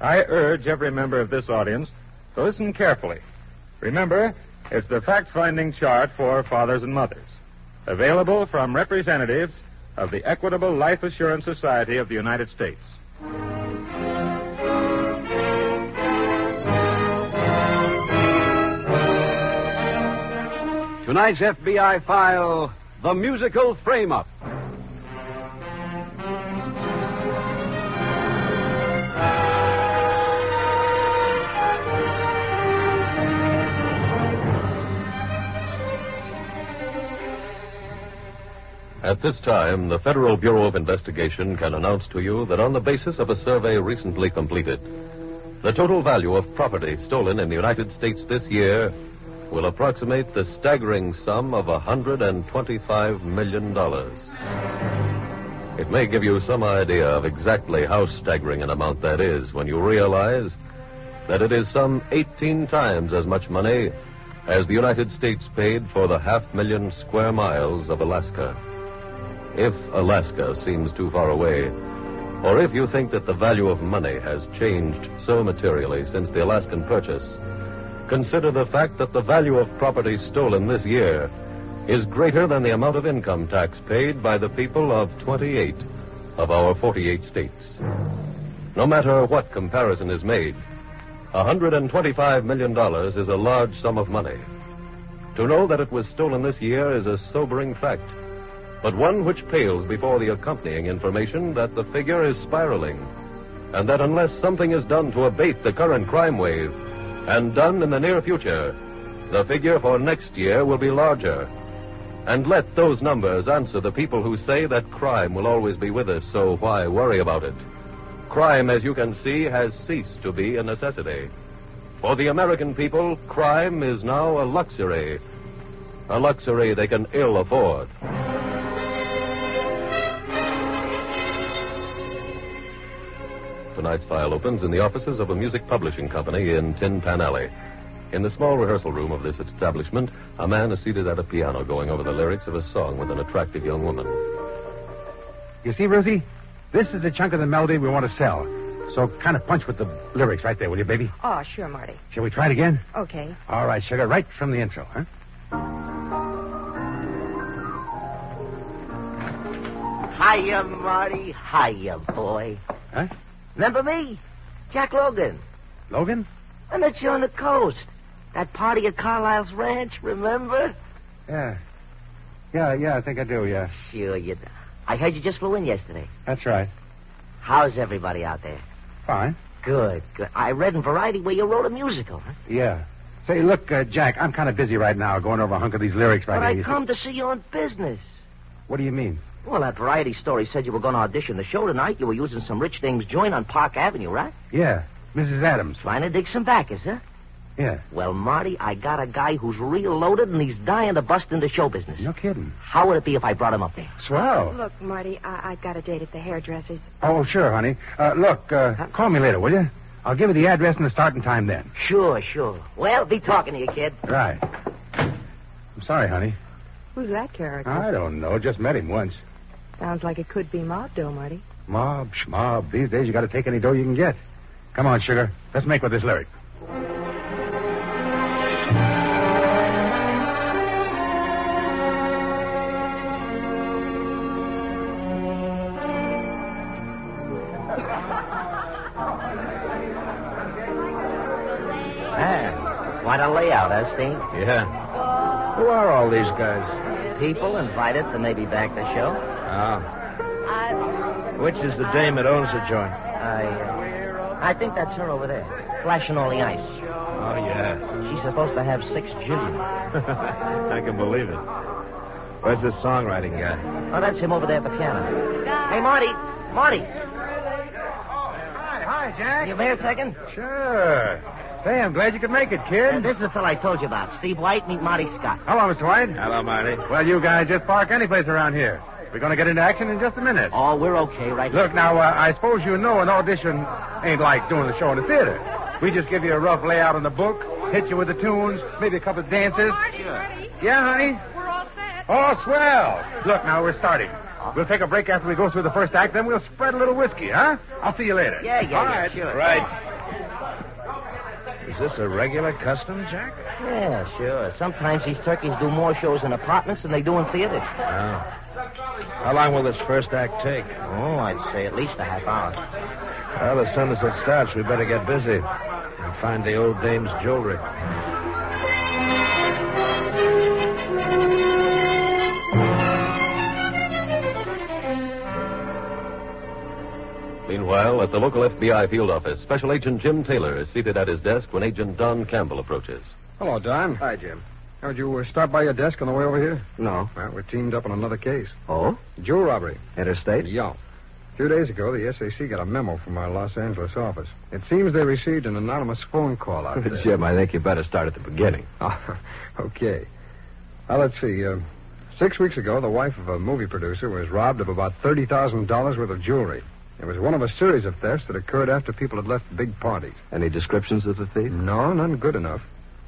I urge every member of this audience to listen carefully. Remember, it's the fact finding chart for fathers and mothers, available from representatives of the Equitable Life Assurance Society of the United States. Tonight's FBI file The Musical Frame Up. At this time, the Federal Bureau of Investigation can announce to you that on the basis of a survey recently completed, the total value of property stolen in the United States this year will approximate the staggering sum of $125 million. It may give you some idea of exactly how staggering an amount that is when you realize that it is some 18 times as much money as the United States paid for the half million square miles of Alaska if Alaska seems too far away, or if you think that the value of money has changed so materially since the Alaskan purchase, consider the fact that the value of property stolen this year is greater than the amount of income tax paid by the people of 28 of our 48 states. No matter what comparison is made, $125 million is a large sum of money. To know that it was stolen this year is a sobering fact but one which pales before the accompanying information that the figure is spiraling, and that unless something is done to abate the current crime wave, and done in the near future, the figure for next year will be larger. And let those numbers answer the people who say that crime will always be with us, so why worry about it? Crime, as you can see, has ceased to be a necessity. For the American people, crime is now a luxury. A luxury they can ill afford. Tonight's file opens in the offices of a music publishing company in Tin Pan Alley. In the small rehearsal room of this establishment, a man is seated at a piano going over the lyrics of a song with an attractive young woman. You see, Rosie, this is the chunk of the melody we want to sell. So kind of punch with the lyrics right there, will you, baby? Oh, sure, Marty. Shall we try it again? Okay. All right, sugar, right from the intro, huh? Hiya, Marty. Hiya, boy. Huh? Remember me? Jack Logan. Logan? I met you on the coast. That party at Carlisle's ranch, remember? Yeah. Yeah, yeah, I think I do, yeah. Sure, you. I heard you just flew in yesterday. That's right. How's everybody out there? Fine. Good, good. I read in Variety where you wrote a musical. Huh? Yeah. Say, look, uh, Jack, I'm kind of busy right now going over a hunk of these lyrics right but here. I you see. come to see you on business. What do you mean? Well, that Variety story said you were going to audition the show tonight. You were using some rich name's joint on Park Avenue, right? Yeah, Mrs. Adams. Trying to dig some backers, huh? Yeah. Well, Marty, I got a guy who's real loaded and he's dying to bust into show business. No kidding. How would it be if I brought him up there? Swell. Look, Marty, I- I've got a date at the hairdresser's. Oh, sure, honey. Uh, look, uh, call me later, will you? I'll give you the address and the starting time then. Sure, sure. Well, be talking to you, kid. Right. I'm sorry, honey. Who's that character? I don't know. Just met him once. Sounds like it could be Mobdo, Marty. Mob, schmob. These days you got to take any dough you can get. Come on, sugar. Let's make with this lyric. Ah, what a layout, huh, Steve? Yeah. Who are all these guys? People invited to maybe back the show. Ah. Which is the dame that owns the joint? I, uh, I think that's her over there, flashing all the ice. Oh, yeah. She's supposed to have six children. I can believe it. Where's the songwriting guy? Oh, that's him over there at the piano. Hey, Marty, Marty, Hi, hi, Jack. you there a second? Sure. Say, I'm glad you could make it, Uh, kid. this is the fellow I told you about, Steve White. Meet Marty Scott. Hello, Mr. White. Hello, Marty. Well, you guys just park any place around here. We're going to get into action in just a minute. Oh, we're okay, right? Look, now, uh, I suppose you know an audition ain't like doing a show in the theater. We just give you a rough layout on the book, hit you with the tunes, maybe a couple of dances. Marty, Marty, Yeah, honey? we're all set. Oh, swell. Look, now, we're starting. We'll take a break after we go through the first act, then we'll spread a little whiskey, huh? I'll see you later. Yeah, yeah, yeah, sure. Right. Is this a regular custom, Jack? Yeah, sure. Sometimes these turkeys do more shows in apartments than they do in theaters. How long will this first act take? Oh, I'd say at least a half hour. Well, as soon as it starts, we better get busy and find the old dame's jewelry. Meanwhile, at the local FBI field office, Special Agent Jim Taylor is seated at his desk when Agent Don Campbell approaches. Hello, Don. Hi, Jim. How'd you uh, stop by your desk on the way over here? No. Well, we're teamed up on another case. Oh? Jewel robbery. Interstate? Yeah. A few days ago, the SAC got a memo from our Los Angeles office. It seems they received an anonymous phone call out there. Jim, I think you better start at the beginning. Oh, okay. Now, let's see. Uh, six weeks ago, the wife of a movie producer was robbed of about $30,000 worth of jewelry. It was one of a series of thefts that occurred after people had left big parties. Any descriptions of the thief? No, none good enough.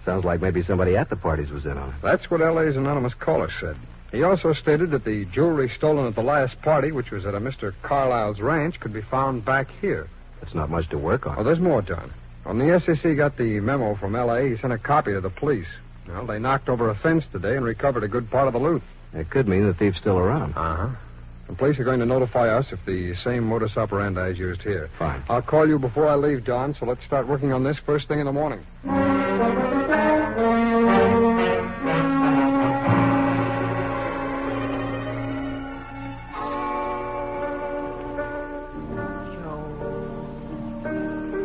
Sounds like maybe somebody at the parties was in on it. That's what L.A.'s anonymous caller said. He also stated that the jewelry stolen at the last party, which was at a Mr. Carlyle's ranch, could be found back here. It's not much to work Oh, there's more, Don. When the SEC got the memo from L.A., he sent a copy to the police. Well, they knocked over a fence today and recovered a good part of the loot. It could mean the thief's still around. Uh-huh. The police are going to notify us if the same modus operandi is used here. Fine. I'll call you before I leave, Don, so let's start working on this first thing in the morning.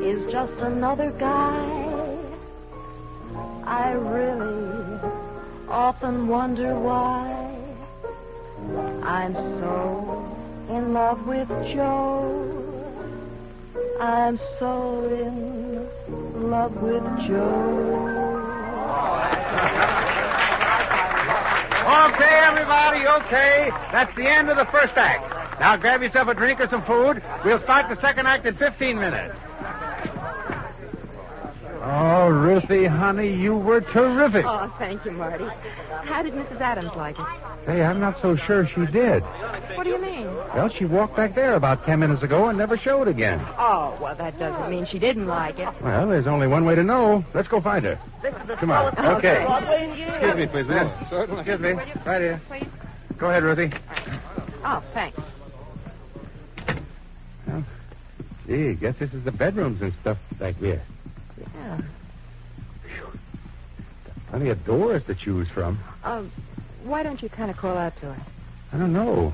Is just another guy. I really often wonder why I'm so in love with Joe. I'm so in love with Joe. Okay, everybody, okay. That's the end of the first act. Now grab yourself a drink or some food. We'll start the second act in 15 minutes. Oh, Ruthie, honey, you were terrific. Uh. Oh, thank you, Marty. How did Mrs. Adams like it? Hey, I'm not so sure she did. What do you mean? Well, she walked back there about 10 minutes ago and never showed again. Oh, well, that doesn't mean she didn't like it. Well, there's only one way to know. Let's go find her. Come on. Okay. Excuse me, please, ma'am. certainly. Excuse me. Right here. Go ahead, Ruthie. Oh, thanks. Gee, guess this is the bedrooms and stuff back here. Yeah. Plenty of doors to choose from. Um, why don't you kind of call out to her? I don't know.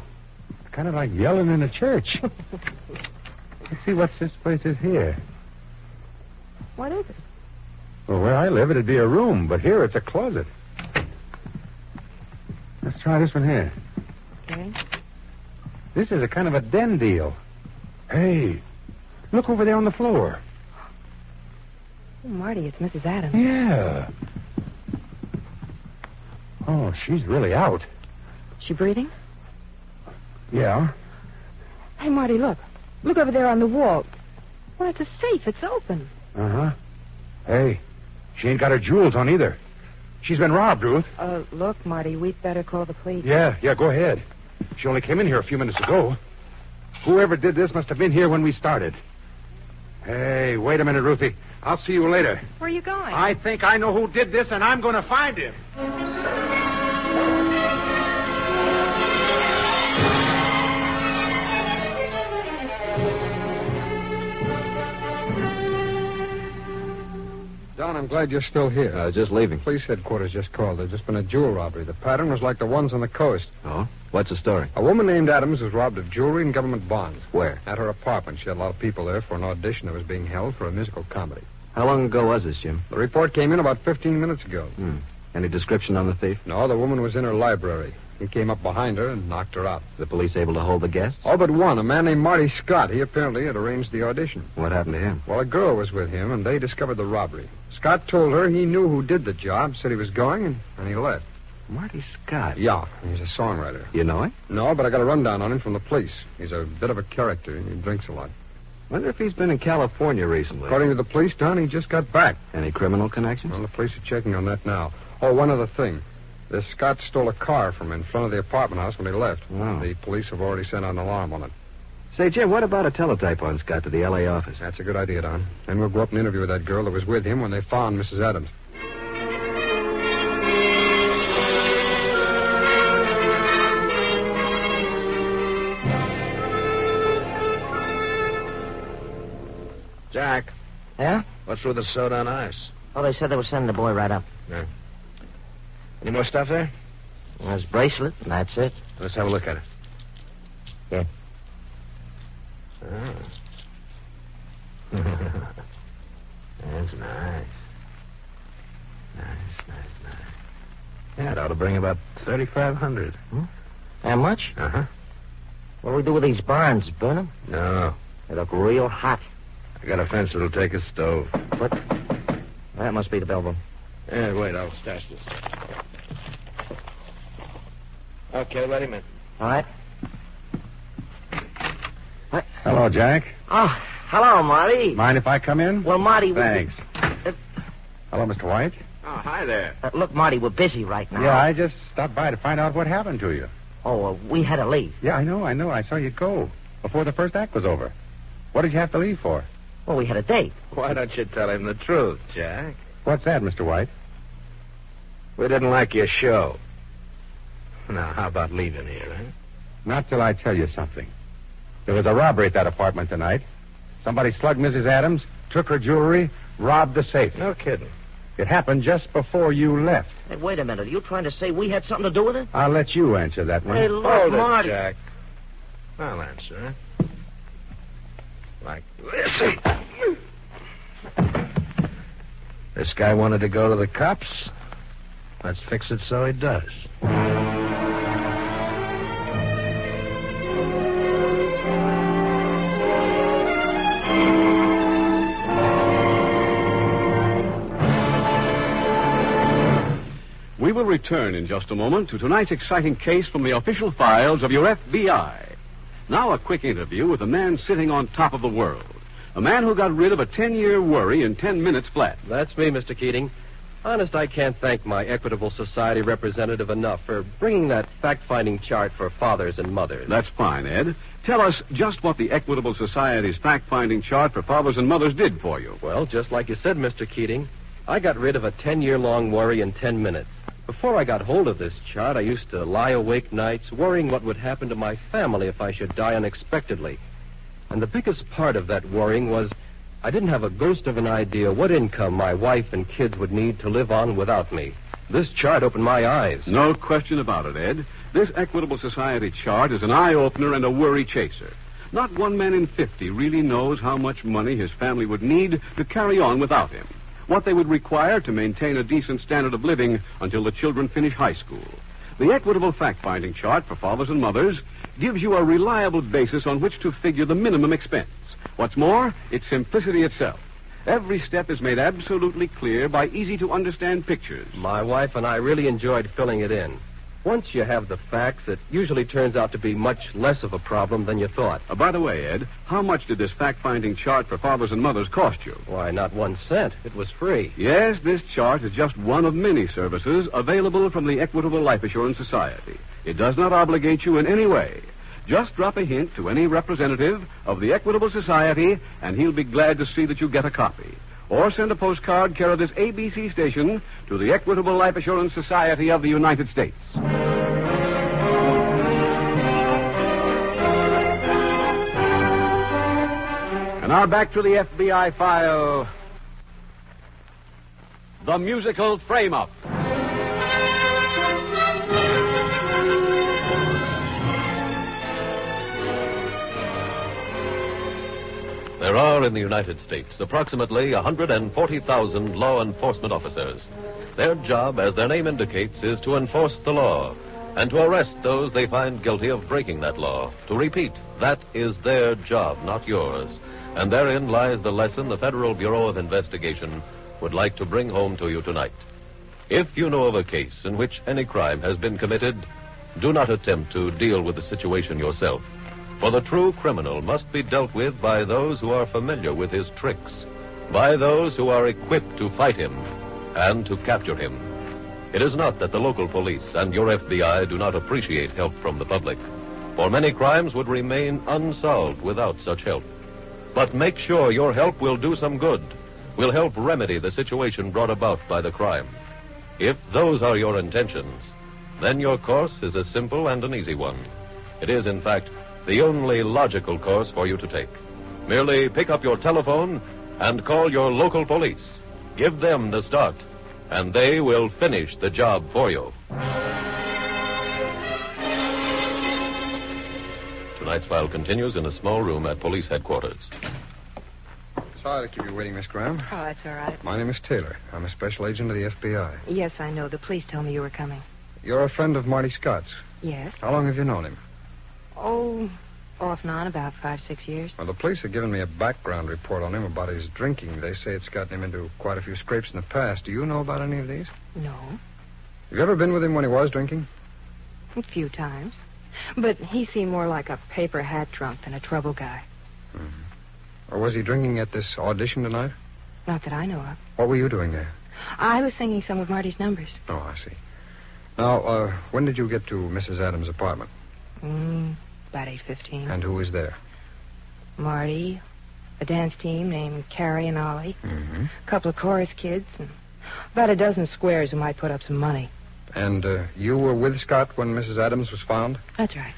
It's kind of like yelling in a church. Let's see what this place is here. What is it? Well, where I live, it'd be a room, but here it's a closet. Let's try this one here. Okay. This is a kind of a den deal. Hey, look over there on the floor. Marty, it's Mrs. Adams. Yeah. Oh, she's really out. She breathing? Yeah. Hey, Marty, look. Look over there on the wall. Well, it's a safe. It's open. Uh huh. Hey, she ain't got her jewels on either. She's been robbed, Ruth. Uh, look, Marty, we'd better call the police. Yeah, yeah, go ahead. She only came in here a few minutes ago. Whoever did this must have been here when we started. Hey, wait a minute, Ruthie. I'll see you later. Where are you going? I think I know who did this, and I'm going to find him. Don, I'm glad you're still here. Uh, just leaving. Police headquarters just called. There's just been a jewel robbery. The pattern was like the ones on the coast. Oh? What's the story? A woman named Adams was robbed of jewelry and government bonds. Where? At her apartment. She had a lot of people there for an audition that was being held for a musical comedy. How long ago was this, Jim? The report came in about 15 minutes ago. Hmm. Any description on the thief? No, the woman was in her library. He came up behind her and knocked her out. The police able to hold the guests? All but one, a man named Marty Scott. He apparently had arranged the audition. What happened to him? Well, a girl was with him, and they discovered the robbery. Scott told her he knew who did the job, said he was going, and, and he left. Marty Scott. Yeah, he's a songwriter. You know him? No, but I got a rundown on him from the police. He's a bit of a character. He drinks a lot. Wonder if he's been in California recently. According to the police, Don, he just got back. Any criminal connections? Well, the police are checking on that now. Oh, one other thing. This Scott stole a car from in front of the apartment house when he left. Wow. The police have already sent an alarm on it. Say, Jim, what about a teletype on Scott to the L.A. office? That's a good idea, Don. Then we'll go up and interview that girl that was with him when they found Mrs. Adams. Jack, Yeah? what's with the soda and ice? Oh, they said they were sending the boy right up. Any more stuff there? His bracelet, and that's it. Let's have a look at it. Yeah. Uh-huh. Oh. That's nice. Nice, nice, nice. Yeah, it ought to bring about 3500 Hmm? That much? Uh-huh. What do we do with these barns? Burn them? No. They look real hot. I got a fence that'll take a stove. What? That must be the bellboy. Yeah, wait, I'll stash this. Okay, let him in. All right. Hello, Jack. Oh, hello, Marty. Mind if I come in? well, Marty, we... Thanks. Uh, Hello, Mr. White. Oh, hi there. uh, look, Marty, we're busy right now. Yeah, I just stopped by to find out what happened to you. Oh, uh, we had to leave. Yeah, I know, I know. I saw you go before the first act was over. What did you have to leave for? Well, we had a date. Why don't you tell him the truth, Jack? What's that, Mr. White? We didn't like your show. Now, how about leaving here, eh? huh? Not till I tell you something. There was a robbery at that apartment tonight. Somebody slugged Mrs. Adams, took her jewelry, robbed the safe. No kidding. It happened just before you left. Hey, wait a minute. Are you trying to say we had something to do with it? I'll let you answer that one. Hey, look, Hold Marty. it, Jack. I'll answer it. Like this. This guy wanted to go to the cops. Let's fix it so he does. We will return in just a moment to tonight's exciting case from the official files of your FBI. Now, a quick interview with a man sitting on top of the world. A man who got rid of a 10 year worry in 10 minutes flat. That's me, Mr. Keating. Honest, I can't thank my Equitable Society representative enough for bringing that fact finding chart for fathers and mothers. That's fine, Ed. Tell us just what the Equitable Society's fact finding chart for fathers and mothers did for you. Well, just like you said, Mr. Keating, I got rid of a 10 year long worry in 10 minutes. Before I got hold of this chart, I used to lie awake nights worrying what would happen to my family if I should die unexpectedly. And the biggest part of that worrying was I didn't have a ghost of an idea what income my wife and kids would need to live on without me. This chart opened my eyes. No question about it, Ed. This Equitable Society chart is an eye opener and a worry chaser. Not one man in 50 really knows how much money his family would need to carry on without him, what they would require to maintain a decent standard of living until the children finish high school. The Equitable Fact Finding Chart for fathers and mothers gives you a reliable basis on which to figure the minimum expense. What's more, it's simplicity itself. Every step is made absolutely clear by easy to understand pictures. My wife and I really enjoyed filling it in. Once you have the facts, it usually turns out to be much less of a problem than you thought. Uh, by the way, Ed, how much did this fact finding chart for fathers and mothers cost you? Why, not one cent. It was free. Yes, this chart is just one of many services available from the Equitable Life Assurance Society. It does not obligate you in any way. Just drop a hint to any representative of the Equitable Society, and he'll be glad to see that you get a copy. Or send a postcard care of this ABC station to the Equitable Life Assurance Society of the United States. And now back to the FBI file. The musical frame up. There are in the United States approximately 140,000 law enforcement officers. Their job, as their name indicates, is to enforce the law and to arrest those they find guilty of breaking that law. To repeat, that is their job, not yours. And therein lies the lesson the Federal Bureau of Investigation would like to bring home to you tonight. If you know of a case in which any crime has been committed, do not attempt to deal with the situation yourself. For the true criminal must be dealt with by those who are familiar with his tricks, by those who are equipped to fight him and to capture him. It is not that the local police and your FBI do not appreciate help from the public, for many crimes would remain unsolved without such help. But make sure your help will do some good, will help remedy the situation brought about by the crime. If those are your intentions, then your course is a simple and an easy one. It is, in fact, the only logical course for you to take. Merely pick up your telephone and call your local police. Give them the start, and they will finish the job for you. Tonight's file continues in a small room at police headquarters. Sorry to keep you waiting, Miss Graham. Oh, that's all right. My name is Taylor. I'm a special agent of the FBI. Yes, I know. The police told me you were coming. You're a friend of Marty Scott's. Yes? How long have you known him? Oh, off and on, about five, six years. Well, the police have given me a background report on him about his drinking. They say it's gotten him into quite a few scrapes in the past. Do you know about any of these? No, Have you ever been with him when he was drinking? a few times. But he seemed more like a paper hat drunk than a trouble guy. Or was he drinking at this audition tonight? Not that I know of. What were you doing there? I was singing some of Marty's numbers. Oh, I see. Now, uh, when did you get to Mrs. Adams' apartment? Mm, about 8.15. And who was there? Marty, a dance team named Carrie and Ollie, Mm-hmm. a couple of chorus kids, and about a dozen squares who might put up some money. And uh, you were with Scott when Mrs. Adams was found? That's right.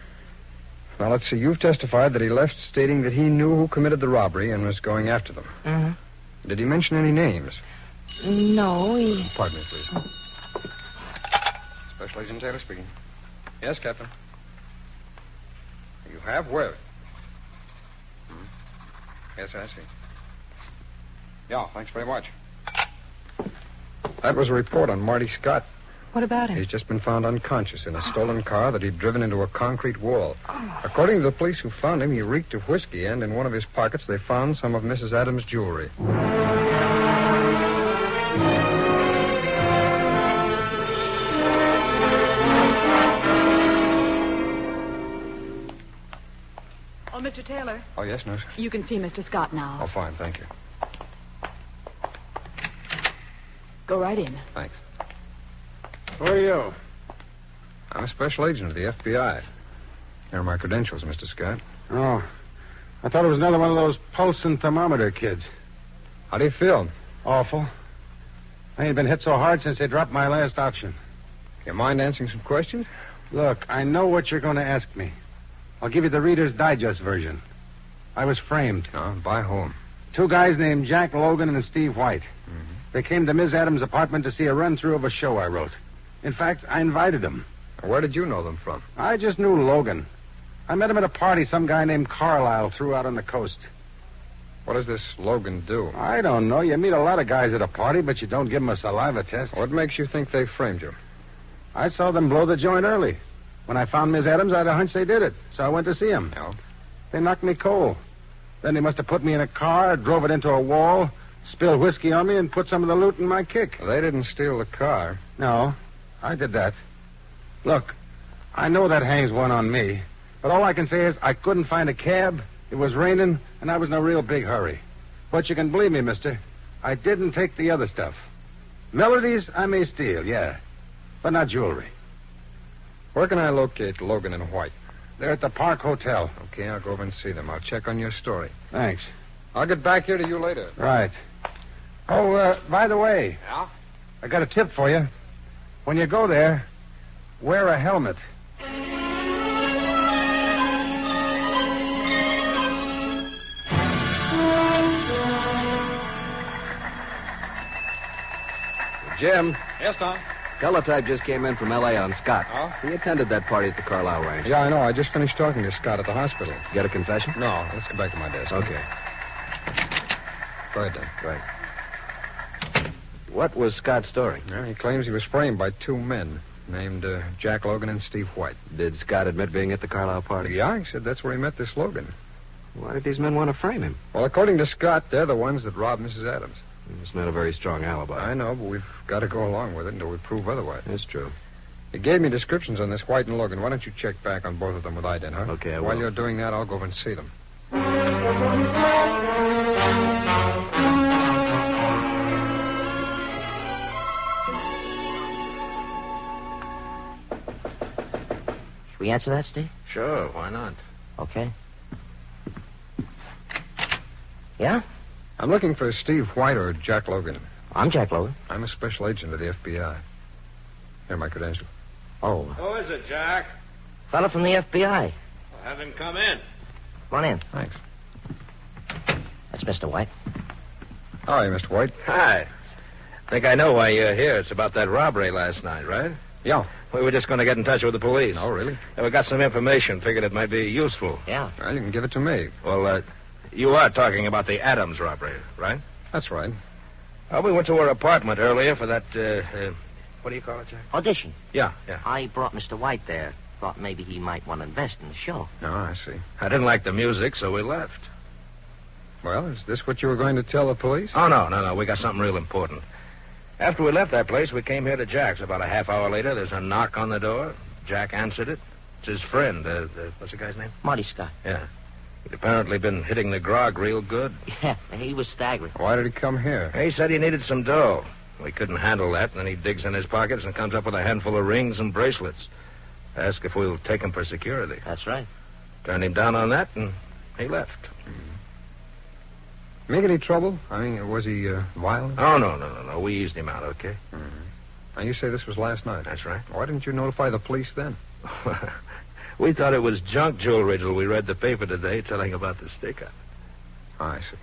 Now, let's see. You've testified that he left stating that he knew who committed the robbery and was going after them. Uh-huh. Did he mention any names? No, he... Pardon me, please. Special Agent Taylor speaking. Yes, Captain. You have where? Hmm. Yes, I see. Yeah, thanks very much. That was a report on Marty Scott. What about him? He's just been found unconscious in a stolen car that he'd driven into a concrete wall. According to the police who found him, he reeked of whiskey, and in one of his pockets, they found some of Mrs. Adams' jewelry. Oh, Mr. Taylor, Oh, yes, nurse? you can see Mr. Scott now. Oh, fine, thank you. Go right in. Thanks. Who are you? I'm a special agent of the FBI. Here are my credentials, Mr. Scott. Oh, I thought it was another one of those pulse and thermometer kids. How do you feel? Awful. I ain't been hit so hard since they dropped my last auction. You mind answering some questions? Look, I know what you're going to ask me. I'll give you the Reader's Digest version. I was framed. Uh, by whom? Mm-hmm. Two guys named Jack Logan and Steve White. They came to Ms. Adams' apartment to see a run through of a show I wrote. In fact, I invited them. Where did you know them from? I just knew Logan. I met him at a party some guy named Carlisle threw out on the coast. What does this Logan do? I don't know. You meet a lot of guys at a party, but you don't give them a saliva test. What makes you think they framed you? I saw them blow the joint early. When I found Miss Adams, I had a hunch they did it, so I went to see them. No. They knocked me cold. Then they must have put me in a car, drove it into a wall, Spilled whiskey on me and put some of the loot in my kick. They didn't steal the car. No, I did that. Look, I know that hangs one on me, but all I can say is I couldn't find a cab, it was raining, and I was in a real big hurry. But you can believe me, mister, I didn't take the other stuff. Melodies I may steal, yeah, but not jewelry. Where can I locate Logan and White? They're at the Park Hotel. Okay, I'll go over and see them. I'll check on your story. Thanks. I'll get back here to you later. Right. Oh, uh, by the way, Yeah? I got a tip for you. When you go there, wear a helmet. Jim. Yes, Tom. Teletype just came in from L.A. on Scott. Huh? He attended that party at the Carlisle Ranch. Yeah, I know. I just finished talking to Scott at the hospital. Get a confession? No, let's go back to my desk. Okay. Go ahead, Don. Right. What was Scott's story? Well, he claims he was framed by two men named uh, Jack Logan and Steve White. Did Scott admit being at the Carlisle party? Yeah, he said that's where he met this Logan. Why did these men want to frame him? Well, according to Scott, they're the ones that robbed Mrs. Adams. It's not a very strong alibi. I know, but we've got to go along with it until we prove otherwise. That's true. He gave me descriptions on this White and Logan. Why don't you check back on both of them with Ident, huh? Okay, I While will. you're doing that, I'll go over and see them. Should we answer that, Steve? Sure, why not? Okay. Yeah? I'm looking for Steve White or Jack Logan. I'm Jack Logan. I'm a special agent of the FBI. Here, my credential. Oh, Who is it, Jack? fellow from the FBI. Well, have him come in. Come on in. Thanks. That's Mr. White. How are you, Mr. White? Hi. Think I know why you're here. It's about that robbery last night, right? Yeah. We were just going to get in touch with the police. Oh, really? And we got some information. Figured it might be useful. Yeah. Well, you can give it to me. Well, uh, you are talking about the Adams robbery, right? That's right. Well, we went to her apartment earlier for that. Uh, uh, what do you call it, Jack? Audition. Yeah, yeah. I brought Mr. White there. Thought maybe he might want to invest in the show. No, Oh, I see. I didn't like the music, so we left. Well, is this what you were going to tell the police? Oh no, no, no. We got something real important. After we left that place, we came here to Jack's. About a half hour later, there's a knock on the door. Jack answered it. It's his friend. Uh, the, what's the guy's name? Marty Scott. Yeah. He'd apparently been hitting the grog real good. Yeah, he was staggering. Why did he come here? He said he needed some dough. We couldn't handle that, and then he digs in his pockets and comes up with a handful of rings and bracelets. Ask if we'll take him for security. That's right. Turned him down on that, and he left. Make any trouble? I mean, was he uh, violent? Oh, no, no, no, no. We eased him out, okay? Now, you say this was last night. That's right. Why didn't you notify the police then? we thought it was junk jewelry till we read the paper today telling about the stick up. I see.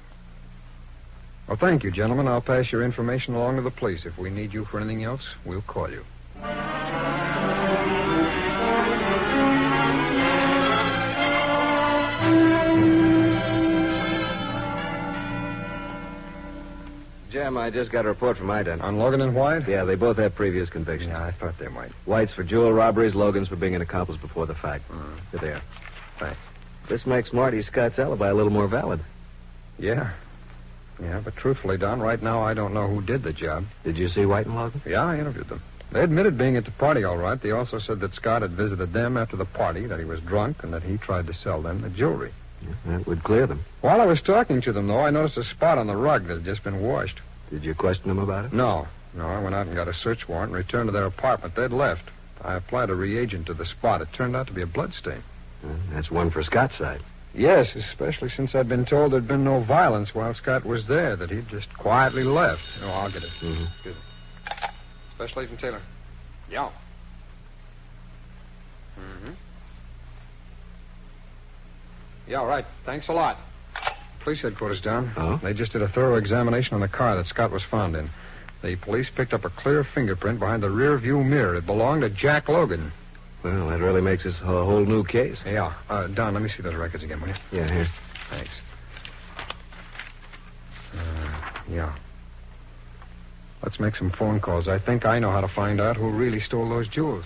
Well, thank you, gentlemen. I'll pass your information along to the police. If we need you for anything else, we'll call you. Jim, I just got a report from Ident. On Logan and White? Yeah, they both have previous convictions. Yeah, I thought they might. White's for jewel robberies, Logan's for being an accomplice before the fact. Mm. They're there. Thanks. This makes Marty Scott's alibi a little more valid. Yeah. Yeah, but truthfully, Don, right now I don't know who did the job. Did you see White and Logan? Yeah, I interviewed them. They admitted being at the party, all right. They also said that Scott had visited them after the party, that he was drunk, and that he tried to sell them the jewelry. that would clear them. While I was talking to them, though, I noticed a spot on the rug that had just been washed. Did you question them about it? No, no, I went out and got a search warrant and returned to their apartment. They'd left. I applied a reagent to the spot. It turned out to be a bloodstain. that's one for Scott's side. Yes, especially since I'd been told there'd been no violence while Scott was there, that he'd just quietly left. No, I'll get it. Mm-hmm. Special Agent Taylor. Yeah. Mm-hmm. Yeah, all right. Thanks a lot. Police headquarters down. Oh? They just did a thorough examination on the car that Scott was found in. The police picked up a clear fingerprint behind the rear view mirror. It belonged to Jack Logan. Well, that really makes this a whole new case. Yeah. Uh, Don, let me see those records again, will you? Yeah, here. Thanks. Uh, yeah. Let's make some phone calls. I think I know how to find out who really stole those jewels.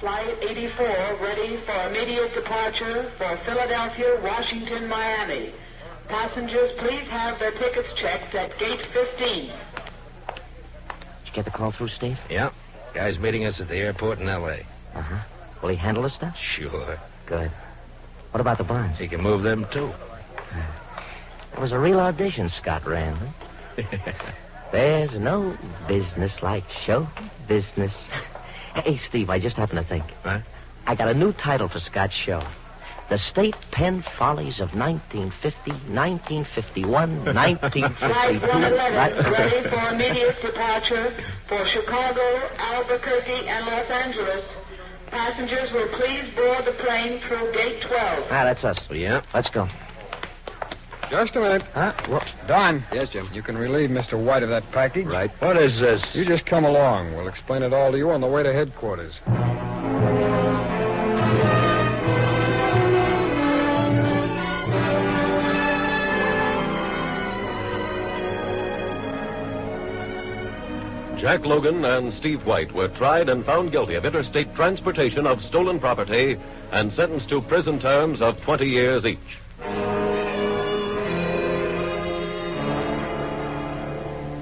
Flight 84 ready for immediate departure for Philadelphia, Washington, Miami. Passengers, please have their tickets checked at gate 15. Did you get the call through, Steve? Yeah. Guy's meeting us at the airport in L.A. Uh huh. Will he handle this stuff? Sure. Good. What about the bonds? He can move them, too. It was a real audition Scott ran. huh? There's no business like show business. hey, Steve, I just happened to think. Huh? I got a new title for Scott's show. The State Pen Follies of 1950, 1951, 1952. Flight 111 Right. ready for immediate departure for Chicago, Albuquerque, and Los Angeles. Passengers will please board the plane through gate 12. Ah, that's us. Yeah. Let's go. Just a minute. Huh? Don. Yes, Jim. You can relieve Mr. White of that package. Right. What is this? You just come along. We'll explain it all to you on the way to headquarters. Jack Logan and Steve White were tried and found guilty of interstate transportation of stolen property and sentenced to prison terms of 20 years each.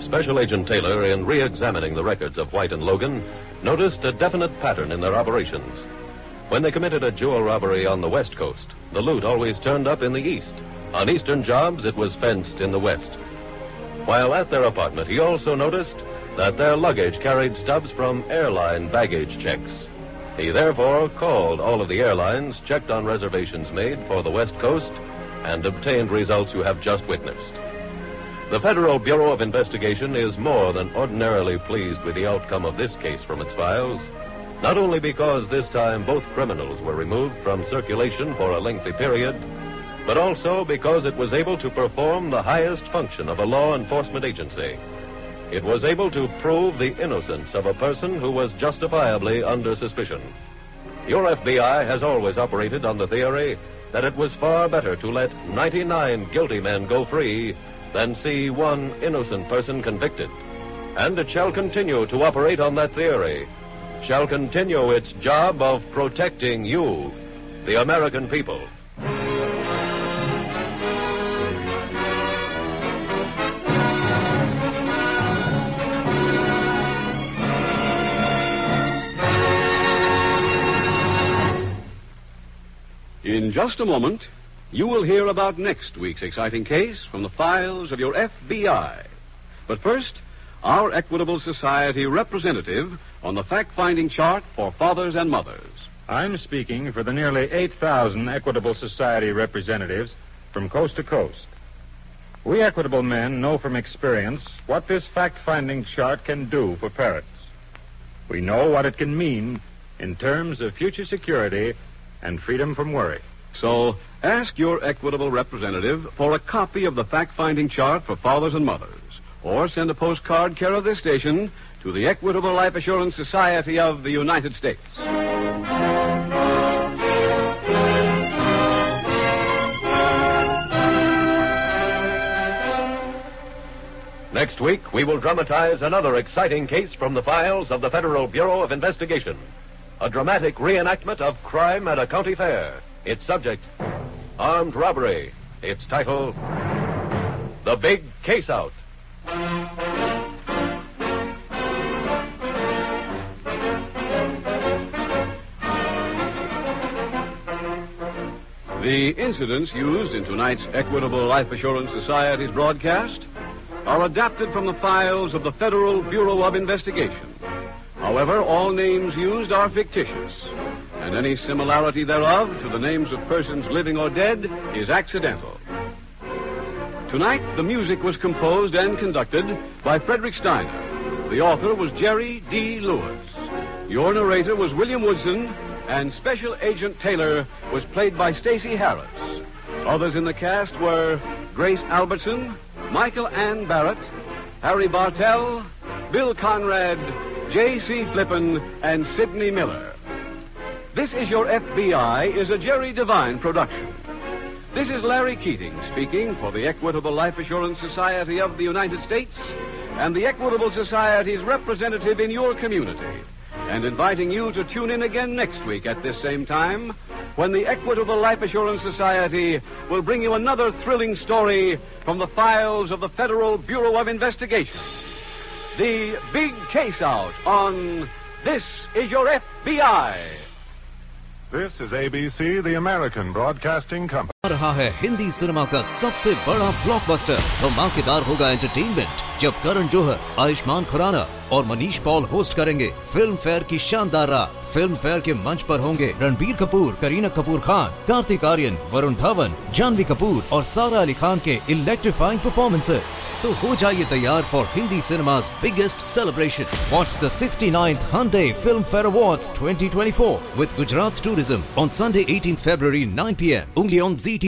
Special Agent Taylor, in re examining the records of White and Logan, noticed a definite pattern in their operations. When they committed a jewel robbery on the West Coast, the loot always turned up in the East. On Eastern jobs, it was fenced in the West. While at their apartment, he also noticed that their luggage carried stubs from airline baggage checks. He therefore called all of the airlines, checked on reservations made for the West Coast, and obtained results you have just witnessed. The Federal Bureau of Investigation is more than ordinarily pleased with the outcome of this case from its files, not only because this time both criminals were removed from circulation for a lengthy period, but also because it was able to perform the highest function of a law enforcement agency. It was able to prove the innocence of a person who was justifiably under suspicion. Your FBI has always operated on the theory that it was far better to let 99 guilty men go free than see one innocent person convicted. And it shall continue to operate on that theory, shall continue its job of protecting you, the American people. In just a moment, you will hear about next week's exciting case from the files of your FBI. But first, our Equitable Society representative on the fact finding chart for fathers and mothers. I'm speaking for the nearly 8,000 Equitable Society representatives from coast to coast. We Equitable men know from experience what this fact finding chart can do for parents. We know what it can mean in terms of future security and freedom from worry. So ask your Equitable representative for a copy of the fact finding chart for fathers and mothers, or send a postcard care of this station to the Equitable Life Assurance Society of the United States. Next week, we will dramatize another exciting case from the files of the Federal Bureau of Investigation. A dramatic reenactment of crime at a county fair. Its subject, armed robbery. Its title, The Big Case Out. The incidents used in tonight's Equitable Life Assurance Society's broadcast are adapted from the files of the Federal Bureau of Investigation. However, all names used are fictitious, and any similarity thereof to the names of persons living or dead is accidental. Tonight, the music was composed and conducted by Frederick Steiner. The author was Jerry D. Lewis. Your narrator was William Woodson, and Special Agent Taylor was played by Stacey Harris. Others in the cast were Grace Albertson, Michael Ann Barrett, Harry Bartell, Bill Conrad, J.C. Flippin, and Sidney Miller. This is Your FBI is a Jerry Devine production. This is Larry Keating speaking for the Equitable Life Assurance Society of the United States and the Equitable Society's representative in your community. and inviting you to tune in again next week at this same time when the Equitable Life Assurance Society will bring you another thrilling story from the files of the Federal Bureau of Investigation. The Big Case Out on This Is Your FBI. This is ABC, the American Broadcasting Company. आ रहा है Hindi cinema का सबसे बड़ा blockbuster धमाकेदार होगा entertainment जब करण जोहर आयुष्मान खुराना और मनीष पॉल होस्ट करेंगे फिल्म फेयर की शानदार रात फिल्म फेयर के मंच पर होंगे रणबीर कपूर करीना कपूर खान कार्तिक आर्यन वरुण धावन जानवी कपूर और सारा अली खान के इलेक्ट्रीफाइंग परफॉर्मेंसेस तो हो जाइए तैयार फॉर हिंदी सिनेमा's biggest celebration. Watch the 69th Hyundai Film Fair Awards 2024 with Gujarat Tourism on Sunday 18th February 9 p.m. only on ZT.